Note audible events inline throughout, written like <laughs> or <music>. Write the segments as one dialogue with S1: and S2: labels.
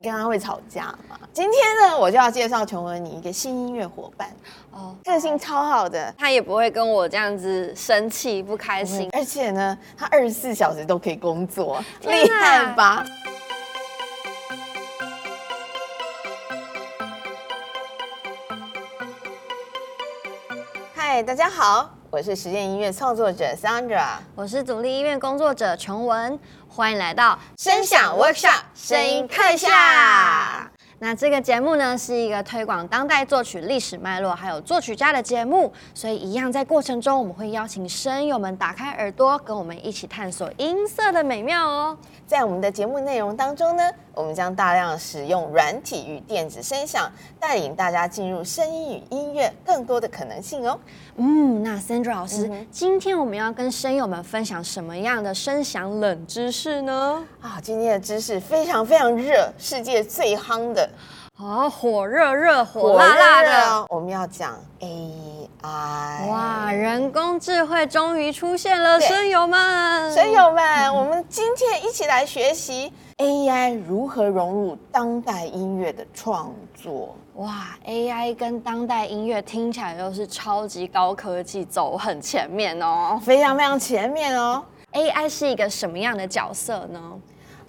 S1: 跟他会吵架嘛。今天呢，我就要介绍琼文你一个新音乐伙伴，
S2: 哦，
S1: 个性超好的，
S2: 他也不会跟我这样子生气不开心。
S1: 而且呢，他二十四小时都可以工作，
S2: 天啊
S1: 厉害吧？嗨，大家好，我是实验音乐创作者 Sandra，
S2: 我是独立音乐工作者琼文，欢迎来到
S1: 声响 workshop 声音课下。
S2: 那这个节目呢，是一个推广当代作曲历史脉络，还有作曲家的节目。所以，一样在过程中，我们会邀请声友们打开耳朵，跟我们一起探索音色的美妙哦。
S1: 在我们的节目内容当中呢，我们将大量使用软体与电子声响，带领大家进入声音与音乐更多的可能性哦。
S2: 嗯，那 Sandra 老师，
S1: 嗯哼
S2: 今天我们要跟声友们分享什么样的声响冷知识呢？
S1: 啊，今天的知识非常非常热，世界最夯的
S2: 哦，火热热、火辣辣
S1: 热
S2: 的。
S1: 哦，我们要讲 AI。
S2: 哇，人工智慧终于出现了，
S1: 对
S2: 声友们！
S1: 神友们，我们今天一起来学习 AI 如何融入当代音乐的创作。
S2: 哇，AI 跟当代音乐听起来都是超级高科技，走很前面哦。
S1: 非常非常前面哦，
S2: AI 是一个什么样的角色呢？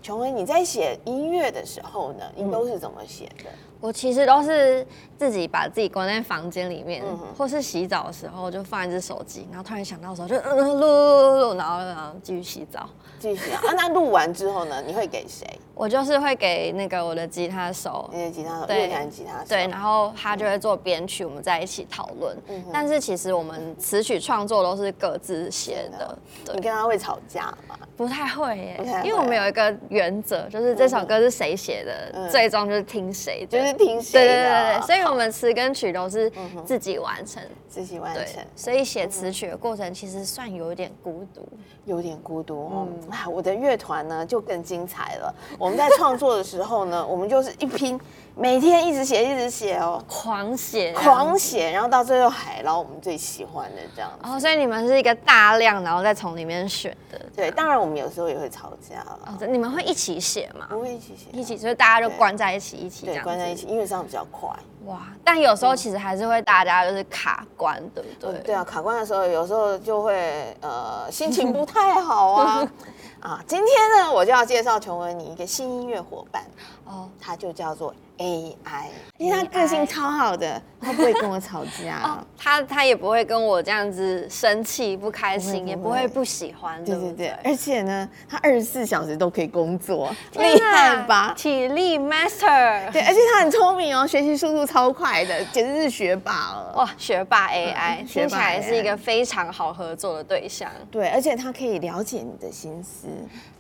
S1: 琼文，你在写音乐的时候呢，你都是怎么写的？
S2: 我其实都是自己把自己关在房间里面，
S1: 嗯哼
S2: 或是洗澡的时候就放一只手机，然后突然想到的时候就嗯录录录录，然后然后继续洗澡。
S1: 继续啊，啊那录完之后呢，你会给谁？
S2: 我就是会给那个我的吉他手
S1: 你的吉他手，
S2: 对
S1: 乐团吉他手。
S2: 对，然后他就会做编曲，我们在一起讨论。
S1: 嗯哼
S2: 但是其实我们词曲创作都是各自写的，
S1: 你
S2: 对，
S1: 跟他会吵架吗？
S2: 不太会耶
S1: 啊不太会啊，
S2: 因为我们有一个原则，就是这首歌是谁写的，
S1: 嗯
S2: 最终就是听谁的，
S1: 就是听
S2: 对
S1: 谁
S2: 对
S1: 的
S2: 对
S1: 啊？
S2: 对，所以我们词跟曲都是
S1: 嗯哼
S2: 自己完成，
S1: 自己完
S2: 对
S1: 成，，
S2: 所以写词曲的过程其实算有一点孤独。
S1: 有点孤独哦。
S2: 嗯
S1: 啊，我的乐团呢就更精彩了。我们在创作的时候呢，我 <laughs> 们就是一拼，每天一直写，一直写哦，
S2: 狂写，啊
S1: 狂写，然后到最后海捞我们最喜欢的这样子。
S2: 哦，所以你们是一个大量，然后再从里面选的。
S1: 对，当然我们有时候也会吵架了，
S2: 哦，你们会一起写吗？
S1: 不会一起写，
S2: 一起，所以大家就
S1: 对
S2: 关在一起，一起这
S1: 对
S2: 样
S1: 关在
S2: 子
S1: 一起，因为这样比较快。
S2: 哇！但有时候其实还是会大家就是卡关，对不对？
S1: 嗯对啊，卡关的时候有时候就会呃心情不太好
S2: <laughs>
S1: 啊啊。今天呢，我就要介绍琼文你一个新音乐伙伴。
S2: 哦
S1: 它就叫做 AI，因为它个性超好的，它不会跟我吵架。啊
S2: 哦，他他也不会跟我这样子生气、不开心，
S1: 不会
S2: 也
S1: 不
S2: 不
S1: 会
S2: 会不喜欢，
S1: 对
S2: 对
S1: 对
S2: 不
S1: 对
S2: 对，？
S1: 而且呢，它二十四小时都可以工作，<laughs>
S2: 天
S1: 厉
S2: 哪
S1: 害吧？
S2: 体
S1: <laughs>
S2: 力 master，
S1: 对，而且它很聪明哦，学习速度超快的，简直是学霸哦了。
S2: 哇，学霸 AI，
S1: 嗯学霸
S2: 听起来
S1: AI
S2: 是一个非常好合作的对象，
S1: 对，而且它可以了解你的心思，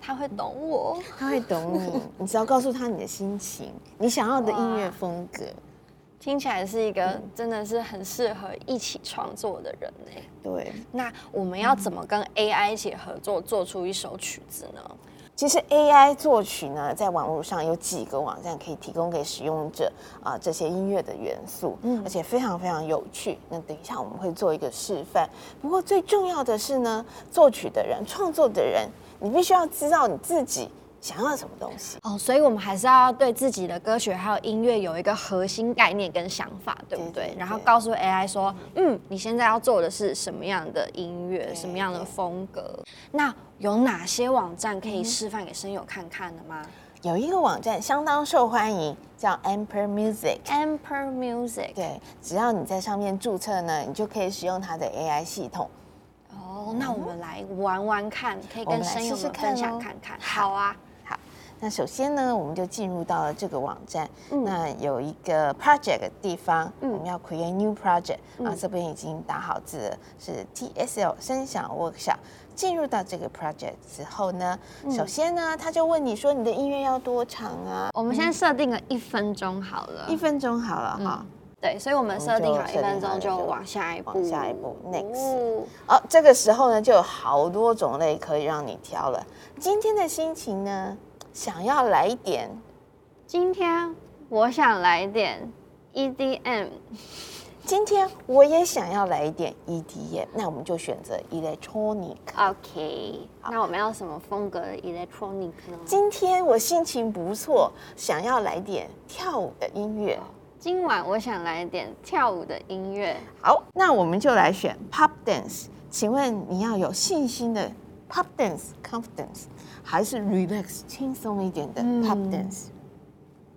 S2: 他会懂我。
S1: 它会懂
S2: <laughs>
S1: 你。你只要告诉它你的心情，你想要的音乐风格。
S2: 听起来是一个
S1: 嗯
S2: 真的是很适合一起创作的人呢。
S1: 对，
S2: 那我们
S1: 嗯
S2: 要怎么跟 AI 一起合作，做出一首曲子呢？
S1: 其实 AI 作曲呢，在网络上有几个网站可以提供给使用者啊、这些音乐的元素，而且非常非常有趣。那等一下我们会做一个示范。不过最重要的是呢，作曲的人、创作的人，你必须要知道你自己想要什么东西。
S2: 哦，所以我们还是要对自己的歌曲还有音乐有一个核心概念跟想法，对不
S1: 对
S2: 对？
S1: 对对
S2: 然后告诉 AI 说，嗯，你现在要做的是什么样的音乐，什么样的
S1: 对嗯
S2: 风格？那有哪些网站可以示范给声友看看的吗
S1: 有一个网站相当受欢迎，叫 Amper Music。
S2: ？Amper Music。
S1: 对，只要你在上面注册呢，你就可以使用它的 AI 系统。
S2: 哦，那我们来玩玩看，可以
S1: 嗯我们
S2: 跟
S1: 来
S2: 声友
S1: 试试
S2: 们
S1: 看
S2: 分享
S1: 哦
S2: 看看。
S1: 好
S2: 好啊，
S1: 好，那首先呢，我们就进入到了这个网站。
S2: 嗯
S1: 那有一个 project 的地方，
S2: 嗯
S1: 我们要 create new project、啊
S2: 嗯，
S1: 这边已经打好字了，是 TSL 声响 workshop。进入到这个 project 之后呢，
S2: 嗯
S1: 首先呢，他就问你说你的音乐要多长啊？
S2: 我们先设定了一分钟好了。
S1: 一分钟好
S2: 嗯
S1: 了哈。
S2: 对，所以我们
S1: 我们
S2: 设定
S1: 就
S2: 好一
S1: 设定
S2: 分
S1: 好了
S2: 钟
S1: 就
S2: 就往下一步，
S1: 往下一步，next
S2: 哦
S1: 哦，这个时候呢，就有好多种类可以让你挑了。今天的心情呢，想要来一点
S2: E 今天我想来点 EDM，
S1: 今天我也想要来一点 EDM，那我们就选择 electronic。
S2: OK，那我们要什么风格的 electronic 呢？
S1: 今天我心情不错，想要来点跳舞的音乐。
S2: 今晚我想来点跳舞的音乐。
S1: 好，那我们就来选 pop dance。请问你要有信心的 pop dance confidence，还是 relax 轻松一点的
S2: 嗯
S1: pop dance？、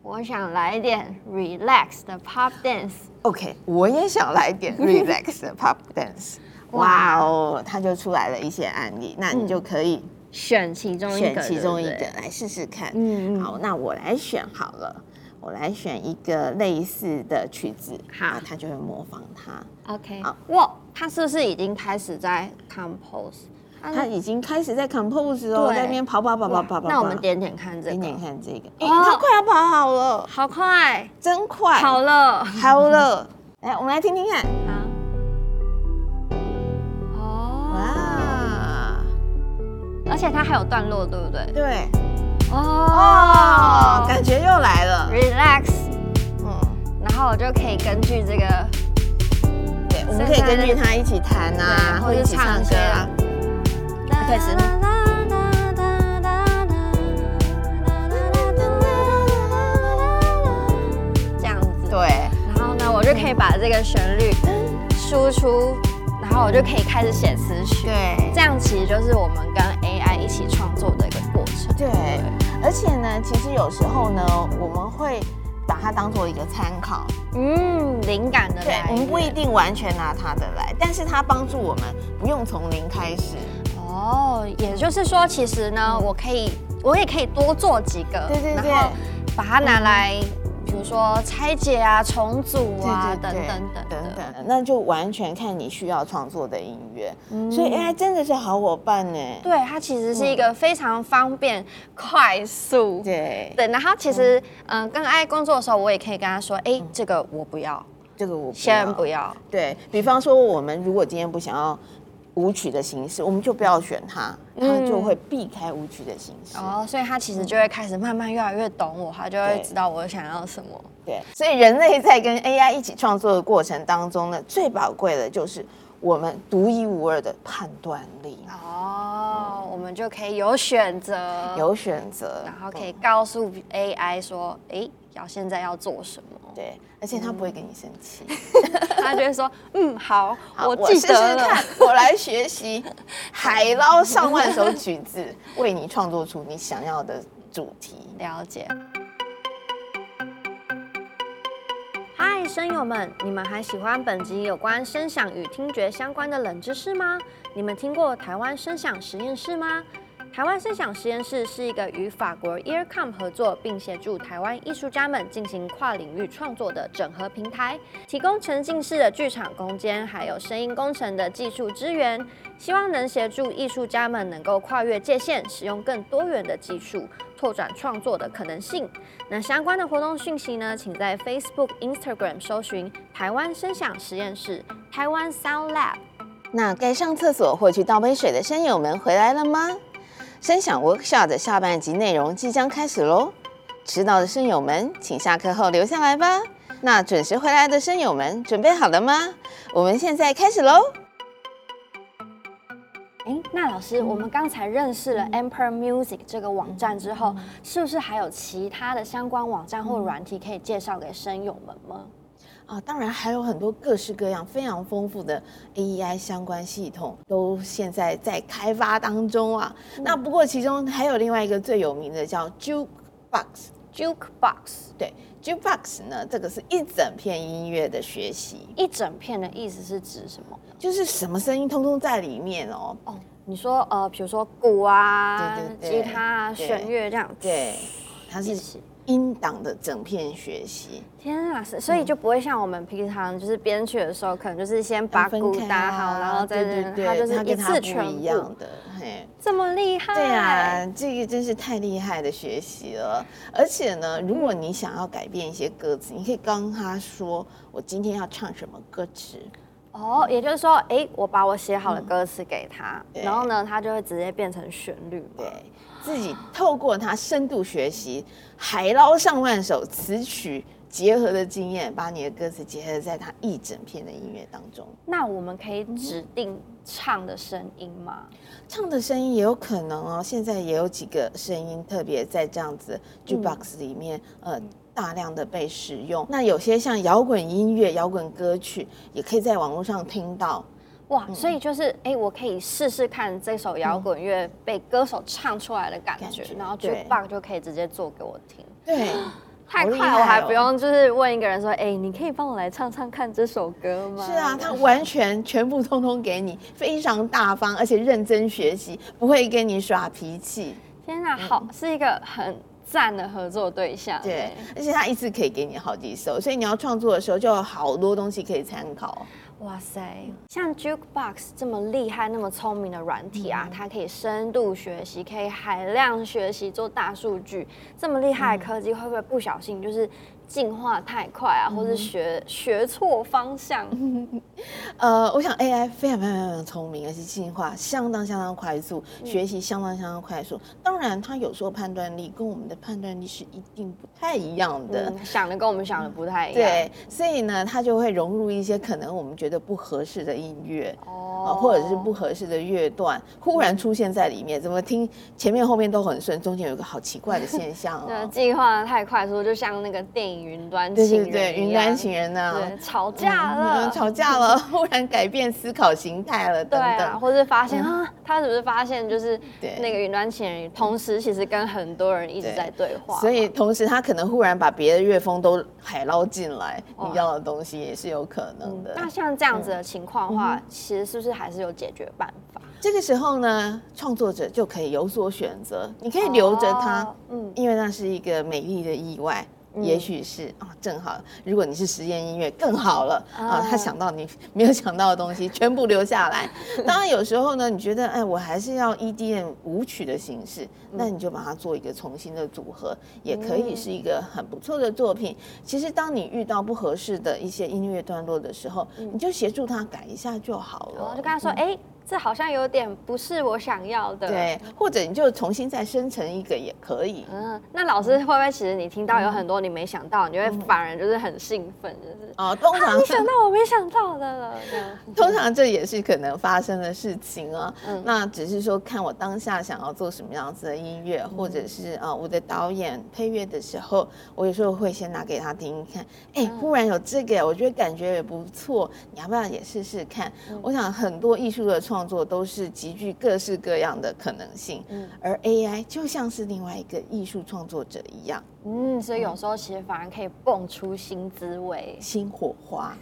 S2: 我想来点 relax 的 pop dance。
S1: OK，我也想来
S2: <laughs>
S1: 点 relax 的 pop dance。哇哦，它就出来了一些案例，那你就可以
S2: 选其中一
S1: 选
S2: 个，
S1: 其中一
S2: 对
S1: 个
S2: 不对
S1: 来试试看。
S2: 嗯嗯
S1: 好，那我来选好了，我来选一个类似的曲子，
S2: 好
S1: 啊它就会模仿它。
S2: OK，
S1: 好
S2: 哇，他是不是已经开始在 compose？它
S1: 它已经开始在 compose 哦，
S2: 嗯对
S1: 在那边跑跑跑跑
S2: 哇
S1: 跑跑。
S2: 那我们
S1: 跑
S2: 点点看这
S1: 给你
S2: 个，
S1: 看这个，哎、
S2: 哦
S1: 它快要跑好了，
S2: 好快，
S1: 真快，
S2: 好了，
S1: 好了。来，我们来听听看。
S2: 好，哦，
S1: 哇，
S2: 而且它还有段落，对不对？
S1: 对，哦
S2: 哦，
S1: 感觉又来了。
S2: relax，
S1: 嗯。
S2: 然后我就可以根据这个，
S1: 对，我们可以根据他一起弹啊，
S2: 对
S1: 或者一起唱歌啊。开始
S2: 哒哒哒哒哒哒哒哒哒这样子，
S1: 对，
S2: 然后呢，我就可以把这个旋律输出，然后我就可以开始写词曲。，
S1: 对，
S2: 这样其实就是我们跟 AI 一起创作的一个过程。
S1: 对。而且呢，其实有时候呢，我们会把它当做一个参考，
S2: 嗯，灵感的
S1: 对
S2: 来，源
S1: 我们不一定完全拿它的来，但是它帮助我们不用从零开始。
S2: 哦，也就是说，其实呢，我可以，我也可以多做几个，
S1: 嗯对对对
S2: 然后把它拿来，比如说拆解啊、重组啊，
S1: 对
S2: 等
S1: 对对
S2: 等等
S1: 等
S2: 等的。
S1: 等，那就完全看你需要创作的音乐。
S2: 嗯
S1: 所以 AI 真的是好伙伴呢。
S2: 对，它其实是一个非常方便、快速。
S1: 嗯对，
S2: 对，然后其实，嗯、跟 AI 工作的时候，我也可以跟他说，
S1: 嗯
S2: 哎、这个我不要，
S1: 这个我
S2: 先不要。
S1: 对比方说，我们如果今天不想要舞曲的形式，我们就不要选它，它
S2: 嗯
S1: 就会避开舞曲的形式。
S2: 哦，所以他其实就会开始慢慢越来越懂我，他就会
S1: 嗯对
S2: 知道我想要什么。
S1: 对，所以人类在跟 AI 一起创作的过程当中呢，最宝贵的就是我们独一无二的判断力，嗯
S2: 哦，我们就可以有选择，，
S1: 有选择，
S2: 然后可
S1: 嗯
S2: 以告诉 AI 说，哎、要现在要做
S1: <laughs>
S2: 什么，
S1: 对，嗯而且它不会跟你生气。
S2: 他就会说，嗯，好，
S1: 好
S2: 我记
S1: 试试
S2: 得了。
S1: 看， <laughs> 我来学习海捞上万首曲子，为你创作出你想要的主题。
S2: 了解。嗨，声友们，你们还喜欢本集有关声响与听觉相关的冷知识吗？你们听过台湾声响实验室吗？台湾声响实验室是一个与法国 Earcom 合作，并协助台湾艺术家们进行跨领域创作的整合平台，提供沉浸式的剧场空间，还有声音工程的技术支援，希望能协助艺术家们能够跨越界限，使用更多元的技术，拓展创作的可能性。那相关的活动讯息呢，请在 Facebook、Instagram 搜寻“台湾声响实验室”、“台湾 Sound Lab”。
S1: 那该上厕所或去倒杯水的声友们回来了吗？声响 Workshop 的下半集内容即将开始喽！迟到的声友们，请下课后留下来吧。那准时回来的声友们，准备好了吗？我们现在开始喽！
S2: 哎，那老师，我们刚才认识了 Emperor Music 这个网站之后，是不是还有其他的相关网站或软体可以介绍给声友们吗？
S1: 啊，当然还有很多各式各样、非常丰富的 AI 相关系统，都现在在开发当中啊。
S2: 嗯
S1: 那不过其中还有另外一个最有名的叫 Jukebox，
S2: Jukebox
S1: 对，Jukebox 呢，这个是一整片音乐的学习。
S2: 一整片的意思是指什么？
S1: 就是什么声音通通在里面哦。
S2: 哦，你说呃，比如说鼓啊、
S1: 对对对
S2: 吉他啊、
S1: 对
S2: 弦乐这样。
S1: 对，它
S2: 一
S1: 是
S2: 起。
S1: 音档的整片学习，
S2: 天啊，是所以
S1: 嗯
S2: 就不会像我们平常就是编曲的时候，可能就是先把
S1: 要分
S2: 鼓
S1: 开
S2: 打好，
S1: 啊
S2: 然后再
S1: 对对对，
S2: 它就是一
S1: 跟它不
S2: 次全
S1: 一
S2: 部
S1: 样。的，嘿。
S2: 这么厉害？
S1: 对啊，这个真是太厉害的学习了。而且呢，如果你想要改变一些歌词，你可以跟他说：“我今天要唱什么歌词。
S2: 哦，也就是说，哎、我把我写好的歌词给他，
S1: 嗯对
S2: 然后呢，它就会直接变成旋律嘛。
S1: 对，自己透过他深度学习，海捞上万首词曲结合的经验，把你的歌词结合在它一整篇的音乐当中。
S2: 那我们可以指定唱的声音吗？
S1: 唱的声音也有可能哦，现在也有几个声音特别在这样子剧 box 里面，呃。大量的被使用，那有些像摇滚音乐、摇滚歌曲，也可以在网络上听到。
S2: 哇，所
S1: 嗯
S2: 以就是哎、诶我可以试试看这首摇滚乐被歌手唱出来的感
S1: 感
S2: 觉，
S1: 觉
S2: 然后就
S1: 对
S2: bug 就可以直接做给我听。
S1: 对，
S2: 太
S1: 好
S2: 快
S1: 厉害
S2: 了，
S1: 哦
S2: 我还不用就是问一个人说，哎、你可以帮我来唱唱看这首歌吗？
S1: 是啊，他完全全部通通给你，非常大方，而且认真学习，不会跟你耍脾气。
S2: 天哪、好，是一个很赞的合作对象。
S1: 对，而且他一次可以给你好几首，所以你要创作的时候就有好多东西可以参考。
S2: 哇塞，像 Jukebox 这么厉害、那么聪明的软体啊，它可以深度学习，可以海量学习，做大数据，这么厉害的科技，会不会不小心就是进化太快啊，或是学学错方向？
S1: 呃，我想 AI 非常非常非常聪明，而且进化相当相当快速，
S2: 嗯
S1: 学习相当相当快速。当然，它有时候判断力跟我们的判断力是一定不太一样的。
S2: 嗯，啊想的跟我们想的不太一样。
S1: 对，所以呢，它就会融入一些可能我们觉得不合适的音乐。啊，
S2: 哦
S1: 或者是不合适的乐段忽然出现在里面，怎么听前面后面都很顺，中间有一个好奇怪的现象
S2: <laughs> 对，
S1: 哦。
S2: 计划得太快速，就像那个电影《云端
S1: 对
S2: 情
S1: 对
S2: 人》
S1: 对，
S2: 一
S1: 云
S2: 样
S1: 南情人呢、
S2: 对吵架了，
S1: 嗯吵架了，忽然改变思考形态了，
S2: <laughs> 对
S1: 等
S2: 啊，
S1: 等。嗯
S2: 或是发现、啊，他是不是发现就是
S1: 对
S2: 那个云端情人，同时其实跟很多人一直
S1: 对
S2: 在对话嘛，
S1: 所以，同时他可能忽然把别的乐风都海捞进来，
S2: 哇
S1: 你要的东西也是有可能
S2: 嗯
S1: 的。嗯
S2: 那像这样子的情况的话，其实是不是还是有解决办法？
S1: 这个时候呢，创作者就可以有所选择，你可以留着它，
S2: 哦嗯，
S1: 因为那是一个美丽的意外。也许是啊、正好。如果你是实验音乐，更好了啊、
S2: 啊
S1: 他想到你没有想到的东西，全部留下
S2: <laughs>
S1: 来。当然，有时候呢，你觉得哎，我还是要 EDM 舞曲的形式，
S2: 嗯
S1: 那你就把它做一个重新的组合，也可以是一个很不错的作品。其实，当你遇到不合适的一些音乐段落的时候，你就协助他改一下就好了。
S2: 然后嗯就跟他说，
S1: 嗯
S2: 哎、这好像有点不是我想要的，。
S1: 对，或者你就重新再生成一个也可以。
S2: 嗯，那老师会不会其实你听到有
S1: 嗯
S2: 很多你没想到，你就会反而就是很兴奋，就是
S1: 哦，通
S2: 啊，
S1: 常
S2: 你想到我没想到的了，这样
S1: 通常这也是可能发生的事情啊。
S2: 嗯
S1: 那只是说看我当下想要做什么样子的音乐，或
S2: 嗯
S1: 者是啊、呃我的导演配乐的时候，我有时候会先拿给他听看。哎、
S2: 嗯
S1: 忽然有这个，我觉得感觉也不错，你要不要也试试看？
S2: 嗯
S1: 我想很多艺术的创作都是极具各式各样的可能性，
S2: 嗯
S1: 而 AI 就像是另外一个艺术创作者一样，
S2: <laughs> 嗯，所以有时候其实反而可以蹦出新滋味。
S1: 新火
S2: <laughs>
S1: 花。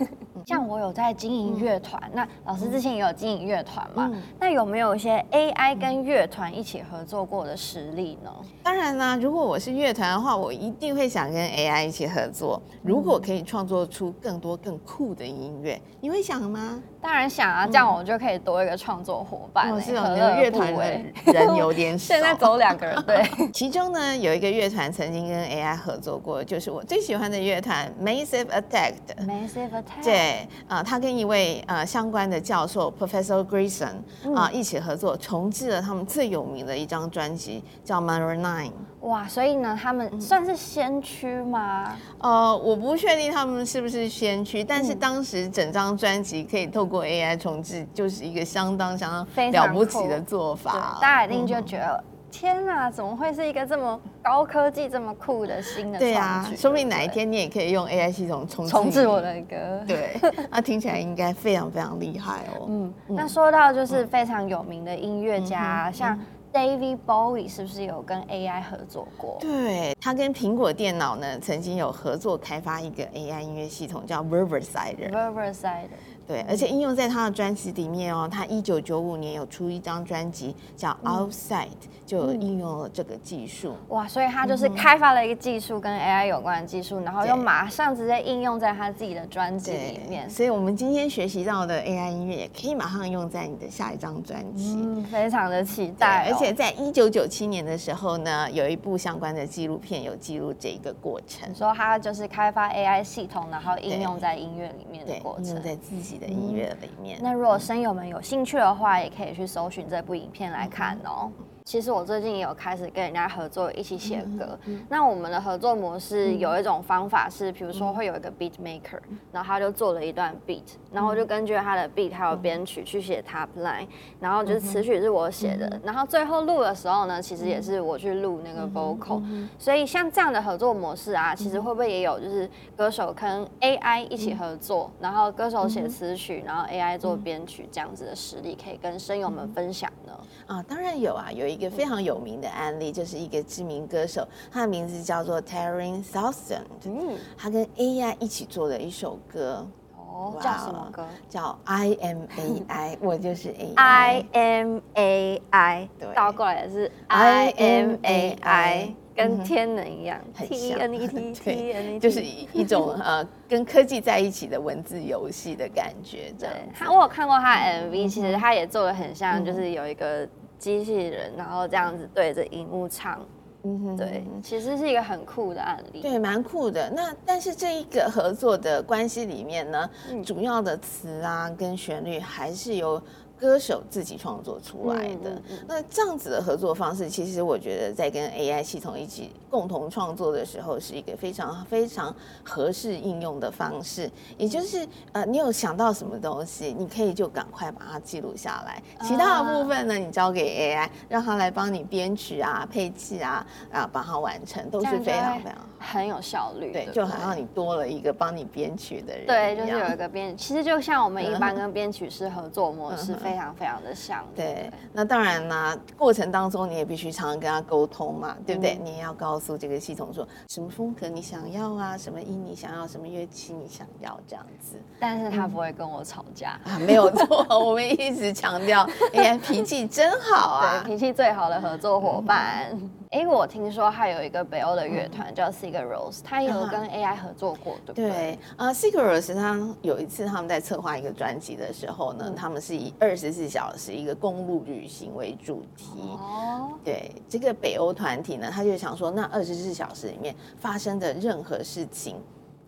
S2: 像我有在经营乐团，那老师之前也有经营乐团嘛？
S1: 嗯
S2: 那有没有一些 AI 跟乐团一起合作过的实例呢？
S1: 当然啦，如果我是乐团的话，我一定会想跟 AI 一起合作。如
S2: 嗯
S1: 果可以创作出更多更酷的音乐，你会想吗？
S2: 当然想啊，这样我就可以多一个创作伙伴、欸。
S1: 我是有
S2: 何乐
S1: 的
S2: 而
S1: 乐
S2: 不
S1: 团
S2: 为
S1: 的人有
S2: <laughs>
S1: 点少。
S2: 现在走两个人， <laughs> 对，
S1: 其中呢，有一个乐团曾经跟 AI 合作过，就是我最喜欢的乐团 Massive Attack 的。
S2: Massive Attack，，
S1: 对，呃，他跟一位呃相关的教授 Professor Grayson
S2: 嗯
S1: 啊、一起合作，重制了他们最有名的一张专辑，叫《Maroon Nine》。
S2: 哇，所以呢，他们算是先驱吗？
S1: 呃，我不确定他们是不是先驱，但
S2: 嗯
S1: 是当时整张专辑可以透过 AI 重置，就是一个相当相
S2: 非
S1: 当
S2: 常
S1: 了不起的
S2: 酷
S1: 做
S2: 对，
S1: 法。嗯
S2: 大家一定就觉得。天呐、怎么会是一个这么高科技、这么酷的新的
S1: 对
S2: 创
S1: 啊
S2: 举？，
S1: 说不定哪
S2: 对
S1: 一
S2: 对
S1: 天你也可以用 AI 系统重
S2: 重置
S1: 你
S2: 我。的歌。
S1: 对，
S2: <laughs>
S1: 那听起来应该非常非常厉害哦。
S2: 嗯，那说到就是非常有名的音乐
S1: 嗯
S2: 家，像 David Bowie 是不是有跟 AI 合作过？
S1: 对，他跟苹果电脑呢曾经有合作开发一个 AI 音乐系统，叫 Riverside。
S2: Riverside，
S1: 对，而且应用在他的专辑里面哦。他一九九五年有出一张专辑叫
S2: 嗯
S1: Outside，、就有应用了这个技术。
S2: 哇，所以他就是开发了一个技术跟 AI 有关的技术，然后又
S1: 嗯对
S2: 马上直接应用在他自己的专辑
S1: 对，
S2: 里面，
S1: 所以我们今天学习到的 AI 音乐也可以马上用在你的下一张专辑。
S2: 嗯，非常的期
S1: 对，
S2: 待哦、
S1: 而且在一九九七年的时候呢，有一部相关的纪录片有记录这个过程
S2: 你。说他就是开发 AI 系统，然后应用在音乐里面的
S1: 对嗯
S2: 过，
S1: 用
S2: 程。嗯
S1: 在自己的音乐里面。
S2: 那如果声友们有兴趣的话，也可以去搜寻这部影片来看哦。其实我最近也有开始跟人家合作，一起写歌。那我们的合作模式有一种方法是，比如说会有一个 beat maker，然后他就做了一段 beat，然后我就根据他的 beat 还有编曲去写 top line，然后就是词曲是我写的，然后最后录的时候呢，其实也是我去录那个
S1: 嗯
S2: vocal。所以像这样的合作模式啊，其实会不会也有就是歌手跟 AI 一起合作，然后歌手写词曲，然后 AI 做编曲这样子的实例，可以跟声友们分享呢？
S1: 啊，当然有啊，有一个非常有名的案例，就是一个知名歌手，他的名字叫做 Taryn Thousand，
S2: 嗯，
S1: 他跟 AI 一起做了一首歌，
S2: 哦，
S1: 哇
S2: 叫什么歌
S1: 叫 I am AI，我就是 AI。
S2: ？I M A I，
S1: 对
S2: 倒过来也是嗯 I
S1: I
S2: M
S1: M
S2: A
S1: A
S2: I，
S1: I
S2: 跟天能一样
S1: 很
S2: ，T
S1: 像
S2: N E T T N
S1: 对，
S2: E T，
S1: 就是
S2: <laughs>
S1: 一一种呃跟科技在一起的文字游戏的感觉，这
S2: 对
S1: 样子
S2: 他，我有看过他的 MV，其实他也做的很像，就是有一个机器人，然后这样子对着荧幕唱。
S1: 嗯哼
S2: 对，其实是一个很酷的案例。
S1: 对，蛮酷的。那但是这一个合作的关系里面呢，
S2: 嗯
S1: 主要的词啊跟旋律还是由歌手自己创作出来的。
S2: 嗯嗯嗯
S1: 那这样子的合作方式，其实我觉得在跟 AI 系统一起共同创作的时候，是一个非常非常合适应用的方式。也就是呃，你有想到什么东西，你可以就赶快把它记录下来，其他的部分
S2: 啊
S1: 呢，你交给 AI，让它来帮你编曲啊、配器啊啊，把它完成，都
S2: 这
S1: 是
S2: 样
S1: 非
S2: 就
S1: 常
S2: 会
S1: 非常好。
S2: 很有效率。
S1: 对，
S2: 不
S1: 就好像你多了一个帮你编曲的人
S2: 对，
S1: 一
S2: 就
S1: 样，
S2: 是有一个编，其实就像我们一
S1: 嗯
S2: 般跟编曲师合作模式非常非常的像。
S1: 对，那当然啦，过程当中你也必须常常跟他沟通嘛，对不对？
S2: 嗯
S1: 你也要告诉这个系统说什么风格你想要啊，什么音你想要，什么乐器你想要，这样子
S2: 但是他不会跟我吵架。
S1: 啊，
S2: <laughs>
S1: 没有错，我们一直强调，哎呀，脾气真好啊
S2: 对，，脾气最好的合作伙伴。
S1: 嗯
S2: 哎、我听说还有一个北欧的乐团叫 Sigur Rós，他也有
S1: 嗯
S2: 跟 AI 合作过，对不对？
S1: 对啊 s i g u r s 他有一次他们在策划一个专辑的时候
S2: 嗯
S1: 呢，他们是以二十四小时一个公路旅行为主题，
S2: 哦，
S1: 对这个北欧团体呢，他就想说，那二十四小时里面发生的任何事情，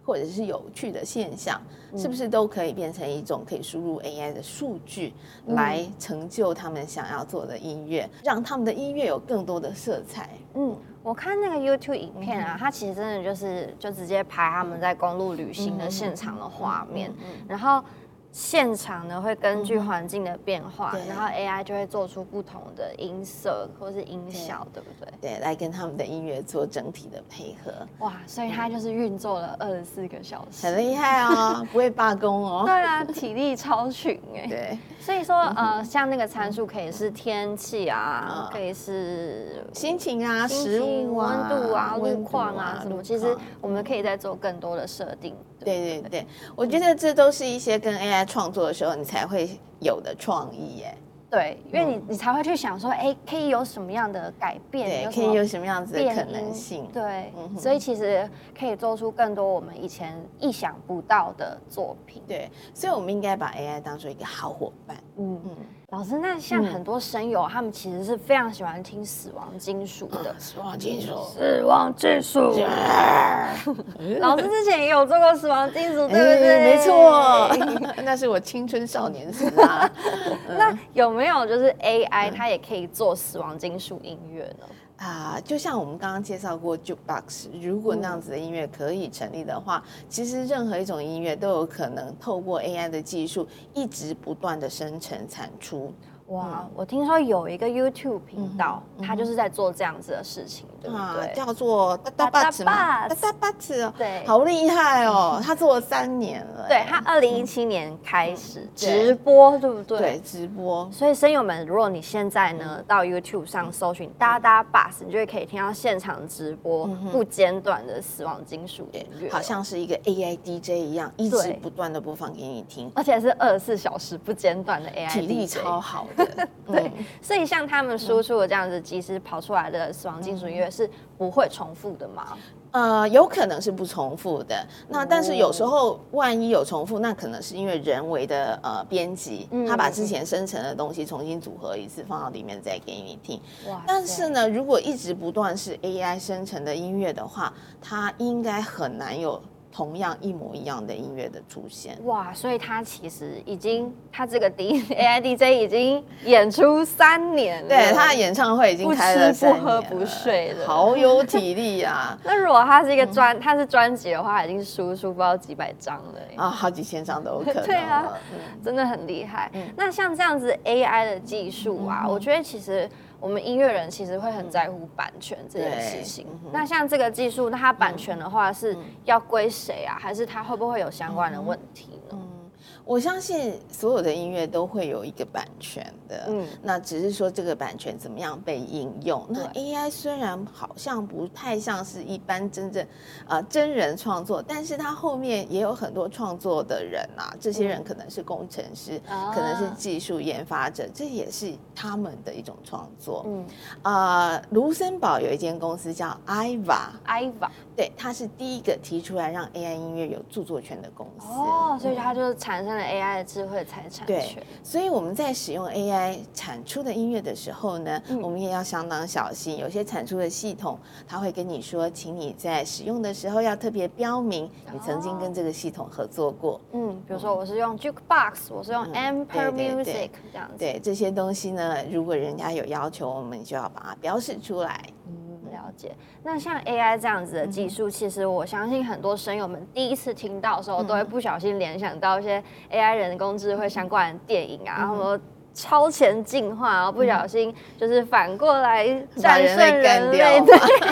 S1: 或者是有趣的现象，是
S2: 嗯
S1: 不是都可以变成一种可以输入 AI 的数据，
S2: 嗯
S1: 来成就他们想要做的音乐，让他们的音乐有更多的色彩？
S2: 嗯，我看那个 YouTube 影片啊，它其实真的就是就直接拍他们在公路旅行的现场的画面，然后。现场呢会根据环境的变化，
S1: 对
S2: 然后 AI 就会做出不同的音色或是音效，对不对？
S1: 对，来跟他们的音乐做整体的配合，
S2: 哇，所以它就是运作了二十四个小时，
S1: 很厉害哦， <laughs> 不会罢工哦
S2: 对。啊，体力超群哎、
S1: 对，
S2: 所以说，呃，像那个参数可以是天气啊
S1: 嗯，
S2: 可以是
S1: 心情啊，
S2: 心
S1: 食
S2: 情
S1: 物
S2: 温
S1: 啊，
S2: 度啊、
S1: 温
S2: 路
S1: 度
S2: 况啊什么，其
S1: 路
S2: 实
S1: 况
S2: 我们可以再做更多的设定。不
S1: 对对对，我觉得这都是一些跟 AI 创作的时候你才会有的创意耶。
S2: 对，因为你你才会去想说，哎，可以有什么样的改变，
S1: 嗯对，
S2: 什
S1: 可
S2: 么
S1: 以有什么样子的
S2: 变
S1: 可
S2: 因
S1: 能性？
S2: 对，
S1: 嗯哼
S2: 所以其实可以做出更多我们以前意想不到的作品。
S1: 对，所以我们应该把 AI 当做一个好伙伴。
S2: 嗯嗯
S1: 嗯。
S2: 老师，那像很多声友，他们其实是非常喜欢听死亡金属的。
S1: 死亡金属，
S2: 死亡金属。
S1: 啊
S2: <laughs> 老师之前也有做过死亡金属，对不
S1: <laughs>
S2: 对？
S1: 哎没。错，那是我青春少年时啊。
S2: <laughs> 那 <laughs> 有没有就是 AI
S1: 嗯
S2: 它也可以做死亡金属音乐呢？
S1: 啊，就像我们刚刚介绍过 jukebox，如果那样子的音乐可以成立的话，其实任何一种音乐都有可能透过 AI 的技术一直不断的生成产出。嗯
S2: 哇，我听说有一个 YouTube 频道，它就是在做这样子的事情，对不
S1: 啊，
S2: 对？
S1: 叫做哒哒
S2: 哒
S1: 巴
S2: 哒
S1: 子嘛，
S2: 巴
S1: 哒
S2: 子
S1: 哒巴子哦，
S2: 对
S1: 好厉害哦，
S2: <laughs>
S1: 他做了三年了，
S2: 对，它二零一七年开始
S1: 对
S2: 直播，对不
S1: 嗯
S2: 对？
S1: 对嗯直播，
S2: 所以，声友们，如果你现在呢到 YouTube 上搜寻“哒哒 bus”，你就会可以听到现场直播不间断的死亡金属音乐，
S1: 嗯好像是一个 AI DJ 一样，一直
S2: 对
S1: 不断的播放给你听，
S2: 而且是二十四小时不间断的 AI，
S1: 体力
S2: DJ
S1: 超好的， <laughs>
S2: 对，所以像他们输出的这样子即时跑出来的死亡金
S1: 嗯
S2: 属音乐是不会重复的嘛？
S1: 呃，有可能是不重复的。
S2: 哦
S1: 那但是有时候万一有重复，那可能是因为人为的呃编辑
S2: 嗯，
S1: 他把之前生成的东西重新组合一次，放到里面再给你听。
S2: 哇
S1: 但是呢，如果一直不断是 AI 生成的音乐的话，它应该很难有同样一模一样的音乐的出现。
S2: 哇，所以他其实已经，他这个 D <laughs> A I D J 已经演出三年了。
S1: 对，他的演唱会已经
S2: 不
S1: 开
S2: 吃
S1: 了
S2: 不
S1: 三年
S2: 喝不睡了
S1: 好有体力啊呀、
S2: <laughs> 那如果他是一
S1: 嗯
S2: 个专，他是专辑的话，已经输出不知道几百张了耶。
S1: 啊！好几千张都有可能。
S2: <laughs> 对啊
S1: 嗯
S2: 真的很厉害。
S1: 嗯
S2: 那像这样子 AI 的技术啊，
S1: 嗯哼
S2: 我觉得其实我们音乐人其实会很在乎版权这件事情
S1: 对嗯哼。
S2: 那像这个技术，那它版权的话是
S1: 嗯
S2: 要归谁啊？还是它会不会有相关的问题呢？
S1: 嗯我相信所有的音乐都会有一个版权的，
S2: 嗯
S1: 嗯，那只是说这个版权怎么样被应用。那
S2: 对
S1: AI 虽然好像不太像是一般真正啊、呃真人创作，但是它后面也有很多创作的人啊，这些人可能是工程师，
S2: 嗯啊
S1: 可能是技术研发者，这也是他们的一种创作。
S2: 嗯
S1: 啊、卢森堡有一间公司叫 IVA，
S2: ，IVA
S1: 对，它是第一个提出来让 AI 音乐有著作权的公司。
S2: 哦，所以
S1: 嗯
S2: 它就是产生了 AI 的智慧财产
S1: 对
S2: 权。，
S1: 所以我们在使用 AI 产出的音乐的时候呢，
S2: 嗯
S1: 我们也要相当小心。有些产出的系统，它会跟你说，请你在使用的时候要特别标明你曾经跟这个系统合作过。
S2: 嗯，比如说我是用 Jukebox，我是用
S1: 嗯
S2: Amper
S1: 对对对
S2: Music 这样子。
S1: 对这些东西呢，如果人家有要求，我们就要把它标示出来。
S2: 嗯，了解。那像 AI 这样子的
S1: 嗯
S2: 技术，其实我相信很多声友们第一次听到的时
S1: 嗯
S2: 候，都会不小心联想到一些 AI 人工智慧相关的电影
S1: 嗯
S2: 啊，然后。超前进化，然后不小心就是反过来战
S1: 把人
S2: 胜
S1: 类
S2: 人
S1: 干
S2: 类，
S1: 掉
S2: 对， <laughs>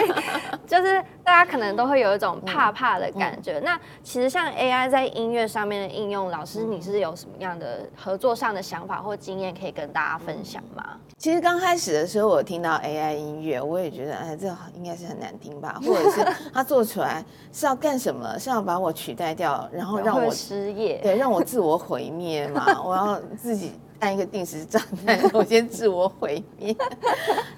S2: 就是大家可能都会有一种怕怕的感
S1: 嗯
S2: 觉。那其实像 AI 在音乐上面的应用，老师
S1: 嗯
S2: 你是有什么样的合作上的想法或经验可以跟大家分享吗？
S1: 其实刚开始的时候，我听到 AI 音乐，我也觉得，哎，这应该是很难听吧，或者是它做出来是要干什么？是要把我取代掉，然后嗯让
S2: 会
S1: 我
S2: 失业，
S1: 对，让我自我毁灭嘛，我要自己按一个定时炸弹，我先自我毁灭。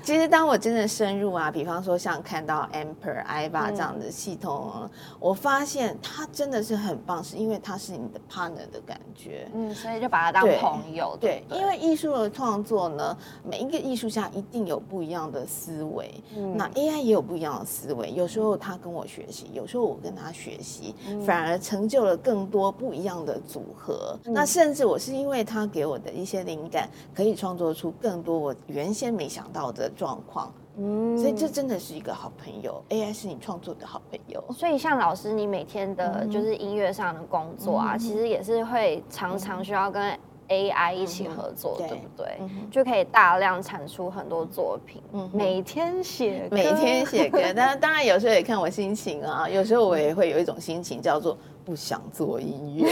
S1: 其实当我真的深入啊，比方说像看到 Amper、IVA 这样的系统，哦我发现它真的是很棒，是因为它是你的 partner 的感觉。
S2: 嗯，所以就把它当
S1: 对
S2: 朋友，
S1: 对
S2: 不，
S1: 因为艺术的创作呢，每一个艺术家一定有不一样的思维。
S2: 嗯
S1: 那 AI 也有不一样的思维，有时候他跟我学习，有时候我跟他学习，反而成就了更多不一样的组合。那甚至我是因为他给我的一些灵感，可以创作出更多我原先没想到的状况。
S2: 嗯
S1: 所以这真的是一个好朋友，AI 是你创作的好朋友。
S2: 所以像老师，你每天
S1: 嗯
S2: 的就是音乐上的工作啊，其实也是会常常需要跟 AI 一起合作，
S1: 嗯嗯哼
S2: 对不对？
S1: 嗯哼
S2: 就可以大量产出很多作品，
S1: 嗯哼
S2: 每天写，
S1: 每天。写
S2: <laughs>
S1: 歌，但当然有时候也看我心情啊，有时候我也会有一种心情叫做不想做音
S2: <laughs>
S1: 乐。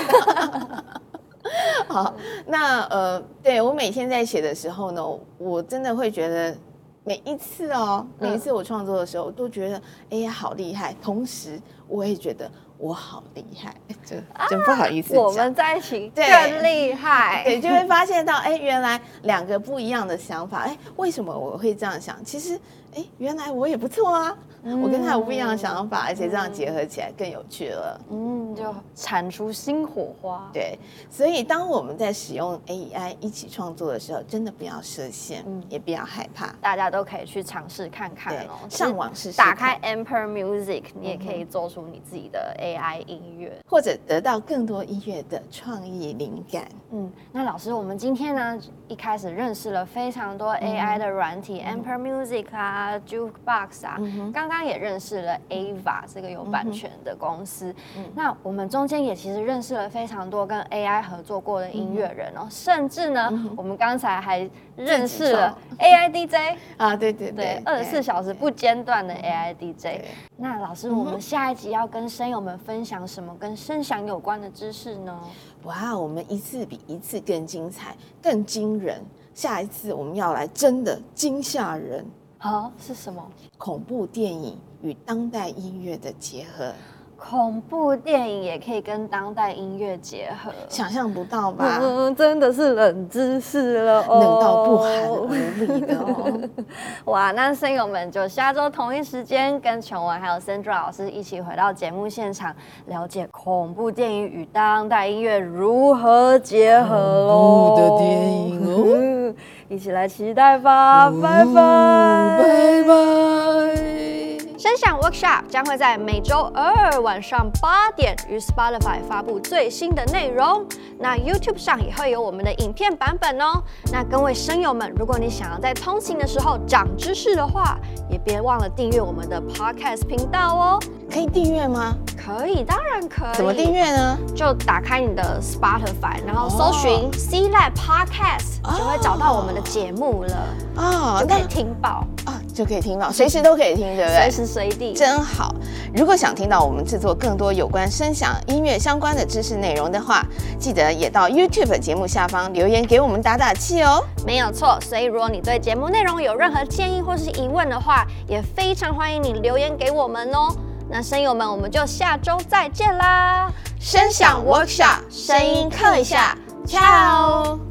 S1: <laughs> 好，那呃，对我每天在写的时候呢，我真的会觉得。每一次哦，
S2: 嗯
S1: 每一次我创作的时候，我都觉得哎呀好厉害，同时我也觉得我好厉
S2: <laughs>
S1: 害， <laughs> 真真不好意思讲。
S2: 啊我们在一起
S1: 对
S2: 更厉害，
S1: 对，就会发现到，哎，原来两个不一样的想法，哎，为什么我会这样想？其实，哎，原来我也不错啊，我跟他有不一样的想法，而且这样结合起来更有趣了。
S2: 嗯，就产出新火花。
S1: 对，所以当我们在使用 AI 一起创作的时候，真的不要设限，
S2: 嗯
S1: 也不要害怕，
S2: 大家都可以去尝试看看
S1: 对
S2: 哦，，其实
S1: 上网试试
S2: 打
S1: 看
S2: 开 Amper Music，你也可以做出你自己的 AI 音乐。
S1: 或者得到更多音乐的创意灵感。
S2: 嗯，那老师，我们今天呢一开始认识了非常多 AI 的软体、a m p e r Music 啊、Jukebox 啊，刚刚也认识了 Ava 这个有版权的公司。那我们中间也其实认识了非常多跟 AI 合作过的音乐人哦，甚至呢，我们刚才还认识了 AI DJ，
S1: 啊，对对
S2: <laughs>
S1: 对，，
S2: 对二十四小时不间断的 AI DJ
S1: 对。
S2: 那老师，我们下一集要跟声友们分享什么跟声响有关的知识呢？
S1: 哇，哦我们一次比一次更精彩、更惊人。下一次我们要来真的惊吓人
S2: 好、是什么？
S1: 恐怖电影与当代音乐的结合，
S2: 恐怖电影也可以跟当代音乐结合。
S1: 想象不到吧？
S2: 嗯，真的是冷知识了哦，
S1: 冷到不寒而栗的哦。
S2: 哇，那声友们就下周同一时间跟琼文还有 Sandra 老师一起回到节目现场，了解恐怖电影与当代音乐如何结合
S3: 恐
S2: 喽。
S3: 怖的电影哦
S2: <laughs> 嗯，啊哦一起来期待吧，拜拜。
S3: 拜拜。
S2: 声响 Workshop 将会在每周二晚上八点于 Spotify 发布最新的内容。那 YouTube 上也会有我们的影片版本哦。那各位声友们，如果你想要在通勤的时候长知识的话，也别忘了订阅我们的 Podcast 频道哦。
S1: 可以订阅吗？
S2: 可以，当然可以。
S1: 怎么订？阅呢？
S2: 就打开你的 Spotify，然后搜
S1: 哦
S2: 寻 C Lab Podcast，、
S1: 哦
S2: 就会找到我们的节目了，
S1: 哦
S2: 就，
S1: 那
S2: 可以听报，
S1: 啊就可以听到，随时都可以听，对不
S2: 随
S1: 对？
S2: 时随地。
S1: 真好！如果想听到我们制作更多有关声响、音乐相关的知识内容的话，记得也到 YouTube 节目下方留言给我们打打气哦。
S2: 没有错，所以如果你对节目内容有任何建议或是疑问的话，也非常欢迎你留言给我们哦。那声友们，我们就下周再见啦！
S1: 声响 workshop，声音课一下，ciao。